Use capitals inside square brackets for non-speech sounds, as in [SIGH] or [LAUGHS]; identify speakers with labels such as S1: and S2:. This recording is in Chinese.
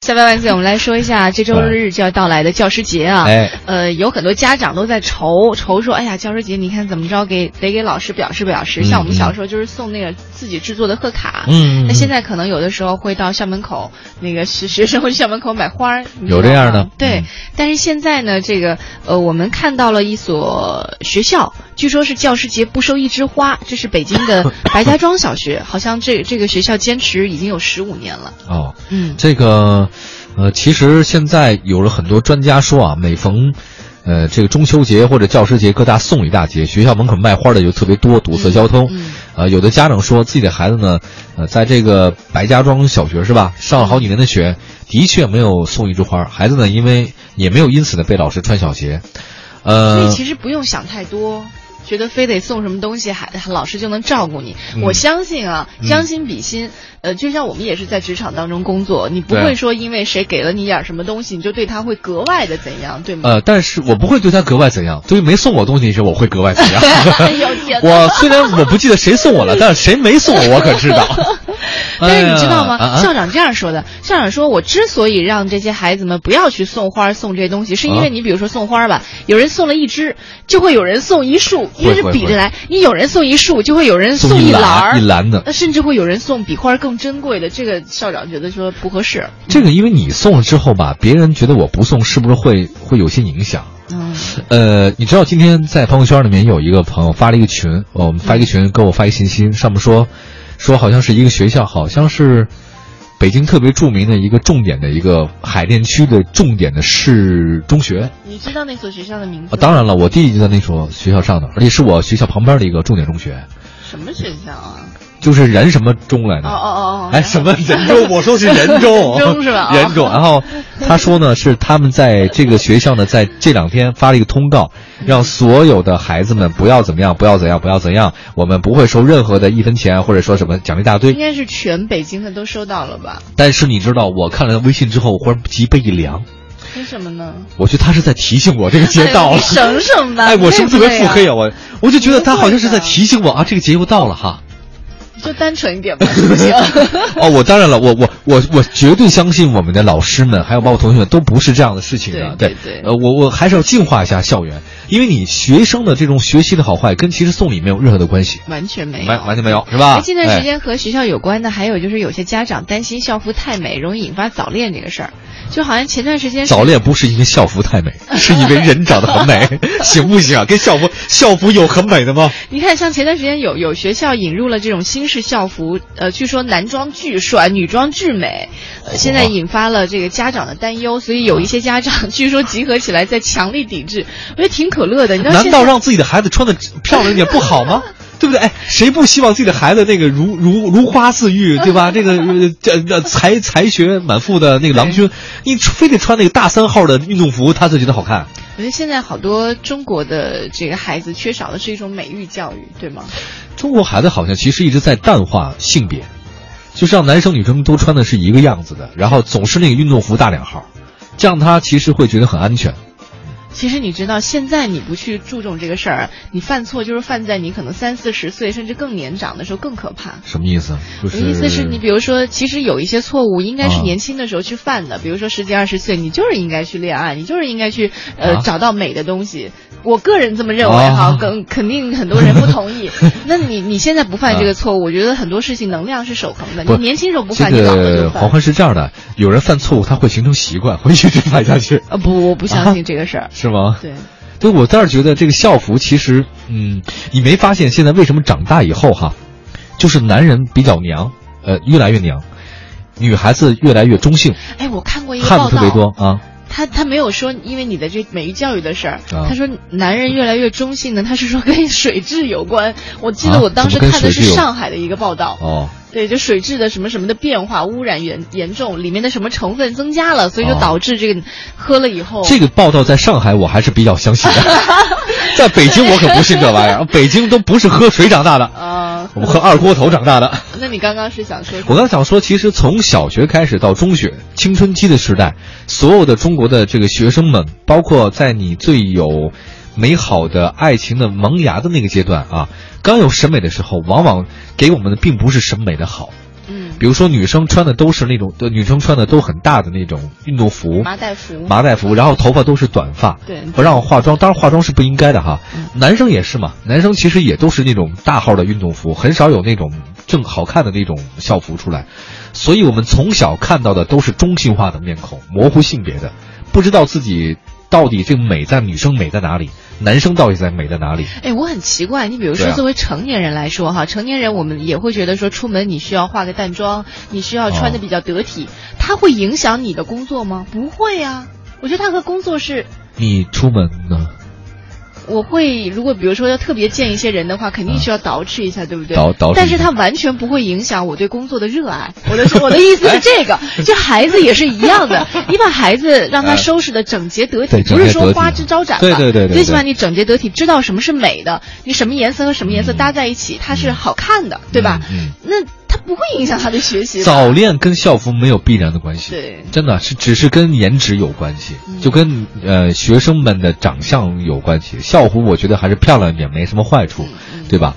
S1: 下半万岁，我们来说一下这周日就要到来的教师节啊。
S2: 哎
S1: 呃，有很多家长都在愁愁说，哎呀，教师节你看怎么着给得给老师表示表示。
S2: 嗯
S1: 像我们小时候就是送那个自己制作的贺卡，
S2: 嗯嗯
S1: 那现
S2: 嗯
S1: 在可能有的时候会到校门口，那个学学生会去校门口买花儿，你知
S2: 有这
S1: 道
S2: 样
S1: 吗
S2: 的
S1: 对
S2: 嗯，
S1: 但是现在呢，这个呃，我们看到了一所学校，据说是教师节不收一枝花，这是北京的白家庄小学，好像这这个学校坚持已经有十五年了。
S2: 哦，
S1: 嗯，
S2: 这个，呃，其实现在有了很多专家说啊，每逢，呃，这个中秋节或者教师节，各大送礼大节，学校门口卖花的就特别多，堵塞交通。
S1: 嗯
S2: 呃，有的家长说自己的孩子呢，呃，在这个白家庄小学是吧，上了好几年的学，的确没有送一枝花，孩子呢，因为也没有因此呢被老师穿小鞋。
S1: 所以
S2: 呃，
S1: 其实不用想太多。觉得非得送什么东西，还老师就能照顾你？
S2: 嗯
S1: 我相信啊，
S2: 嗯
S1: 将心比心。呃，就像我们也是在职场当中工作，你不
S2: 对
S1: 会说因为谁给了你点儿什么东西，你就对他会格外的怎样，对
S2: [LAUGHS]
S1: 吗？
S2: 呃，但是我不会对他格外怎样，对于没送我东西那些，我会格外怎样。 [LAUGHS]
S1: 哎呦天 [LAUGHS] 哪！
S2: 我虽然我不记得谁送我了，但是谁没送我，我可知道。
S1: [LAUGHS] 但是你知道
S2: 哎呀
S1: 吗？
S2: 啊
S1: 校长这样说的，校长说我之所以让这些孩子们不要去送花、送这些东西，是因为
S2: 啊
S1: 你比如说送花吧，有人送了一枝，就会有人送一束，因为是
S2: 会
S1: 比
S2: 会
S1: 着来，你有人送一束，就会有人
S2: 送一
S1: 一
S2: 篮
S1: 篮儿
S2: 一篮的
S1: 那甚至会有人送比花更珍贵的。这个校长觉得说不合适。
S2: 这个因为你送了之后吧，别人觉得我不送，是不是会会有些影响？
S1: 嗯
S2: 呃，你知道今天在朋友圈里面有一个朋友发了一个群，哦我们发一个群，给我发一个信息，上面说说好像是一个学校，好像是北京特别著名的一个重点的一个海淀区的重点的市中学。
S1: 你知道那所学校的名字
S2: 啊，
S1: 吗？
S2: 当然了，我弟弟就在那所学校上的，而且是我学校旁边的一个重点中学，
S1: 什么学校啊？
S2: 就是然什么中来
S1: 哦
S2: 的。
S1: 哦哦哦！
S2: 哎，
S1: 然后
S2: 什么人中？我说是人
S1: [LAUGHS]
S2: 中，
S1: 人中是吧哦
S2: 人中。然后他说呢，是他们在这个学校呢，在这两天发了一个通告，让所有的孩子们不要怎么样，不要怎样，不要怎样，我们不会收任何的一分钱，或者说什么奖励大
S1: 应
S2: 堆。
S1: 该是全北京的都收到了吧？
S2: 但是你知道，我看了微信之后，我忽然脊背一凉，
S1: 为什么呢？
S2: 我觉得他是在提醒我这个节
S1: 哎
S2: 到了
S1: 你。省省吧。
S2: [LAUGHS] 哎，我是不是特别腹黑
S1: 啊？
S2: 啊？我我就觉得他好像是在提醒我啊，这个节又到了哈。
S1: 就单纯一点吧，行不行？
S2: [LAUGHS] 哦，我当然了，我我我我绝对相信我们的老师们，还有包括同学们，都不是这样的事情的。
S1: 对对对
S2: 呃，我我还是要净化一下校园，因为你学生的这种学习的好坏，跟其实送礼没有任何的关系，
S1: 完全没有，
S2: 完完全没有，是吧
S1: 哎？近段时间和学校有关的，还有就是有些家长担心校服太美容易引发早恋这个事儿，就好像前段时间
S2: 哎
S1: 是
S2: 早恋不是因为校服太美，是因为人长得
S1: [LAUGHS]
S2: 很美，行不行啊？跟校服校服有很美的吗？
S1: 你看，像前段时间有有学校引入了这种新式校服，呃，据说男装巨帅，女装巨美，
S2: 哦
S1: 呃现在引发了这个家长的担忧，所以有一些家长据说集合起来在强力抵制，我觉得挺可乐的。你知道
S2: 难
S1: 现
S2: 道
S1: 在
S2: 让自己的孩子穿的漂亮一点不
S1: [LAUGHS]
S2: 好吗？对不对？哎，谁不希望自己的孩子那个如如如花似玉，对吧？这个呃这这才才学满腹的那个郎君，你非得穿那个大三号的运动服，他才觉得好看。
S1: 我觉得现在好多中国的这个孩子缺少的是一种美育教育，对吗？
S2: 中国孩子好像其实一直在淡化性别，就是让男生女生都穿的是一个样子的，然后总是那个运动服大两号，这样他其实会觉得很安全。
S1: 其实你知道，现在你不去注重这个事儿，你犯错就是犯在你可能三四十岁甚至更年长的时候更可怕。
S2: 什么意思？
S1: 我
S2: 就
S1: 的
S2: 是
S1: 意思是你，比如说，其实有一些错误应该是
S2: 啊
S1: 年轻的时候去犯的，比如说十几二十岁，你就是应该去恋爱，你就是应该去呃、
S2: 啊
S1: 找到美的东西。我个人这么认为哈，
S2: 啊
S1: [LAUGHS] 肯、肯定很多人不同
S2: [LAUGHS]
S1: 意。那你你现在不犯这个错误，我觉得很多事情能量是守恒的。你
S2: 啊不
S1: 年轻时候不
S2: 这
S1: 犯，你老了
S2: 个
S1: 就
S2: 黄
S1: 犯。
S2: 欢是这样的，有人犯错误，他会形成习惯，会一直犯下去，
S1: 啊不，我不相信这个事儿。
S2: 是吗？
S1: 对，
S2: 对，我倒是觉得这个校服其实，嗯，你没发现现在为什么长大以后哈，就是男人比较娘，呃，越来越娘，女孩子越来越中性，
S1: 哎，我看过一个
S2: 汉
S1: 报
S2: 子
S1: 道，
S2: 特别多啊。
S1: 他他没有说因为你的这美育教育的事儿，
S2: 啊
S1: 他说男人越来越中性呢，他是说跟水质有关。我记得
S2: 啊
S1: 我当时
S2: 怎么跟
S1: 看的是
S2: 水质有
S1: 上海的一个报道，
S2: 哦，
S1: 对，就水质的什么什么的变化，污染严严重，里面的什么成分增加了，所以就
S2: 哦
S1: 导致这个喝了以后，
S2: 这个报道在上海我还是比较
S1: [LAUGHS]
S2: 相信的，在北京我可不信这玩意儿，北京都不是喝水长大的，
S1: 呃，
S2: 我们喝二锅头长大的。
S1: 那你刚刚是想说什
S2: 我
S1: 么？
S2: 刚想说，其实从小学开始到中学，青春期的时代，所有的中国的这个学生们，包括在你最有美好的爱情的萌芽的那个阶段啊，刚有审美的时候，往往给我们的并不是审美的好，
S1: 嗯
S2: 比如说女生穿的都是那种，呃女生穿的都很大的那种运动服、
S1: 麻袋服
S2: 麻袋服，然后头发都是短发，
S1: 对
S2: 不让化妆。当然化妆是不应该的哈
S1: 嗯，
S2: 男生也是嘛，男生其实也都是那种大号的运动服，很少有那种正好看的那种校服出来，所以我们从小看到的都是中性化的面孔，模糊性别的，不知道自己到底这个美在女生美在哪里，男生到底在美在哪里。
S1: 哎，我很奇怪，你比如
S2: 对
S1: 说
S2: 啊
S1: 作为成年人来说哈，成年人我们也会觉得说出门你需要化个淡妆，你需要
S2: 哦
S1: 穿的比较得体，它会影响你的工作吗？不会啊，我觉得它和工作是，
S2: 你出门呢，
S1: 我会如果比如说要特别见一些人的话，肯定需要捯饬一下，对不对？
S2: 捯捯饬一下
S1: 但是它完全不会影响我对工作的热
S2: [LAUGHS]
S1: 爱。我的我的意思是这个，就孩子也是一样
S2: [LAUGHS]
S1: 的，你把孩子让他收拾的整洁得体，
S2: 对
S1: 不是
S2: 整洁得
S1: 说
S2: 体
S1: 花枝招展吧，
S2: 对对对对
S1: 最起码
S2: 对
S1: 你整洁得体，知道什么是美的，你什么颜色和什么颜色搭在一起，它是好看的，对吧？
S2: 嗯，
S1: 那它不会影响他的学习吧。
S2: 早恋跟校服没有必然的关系。
S1: 对，
S2: 真的是只是跟颜值有关系，
S1: 嗯
S2: 就跟呃学生们的长相有关系。校服我觉得还是漂亮一点没什么坏处，
S1: 嗯嗯
S2: 对吧？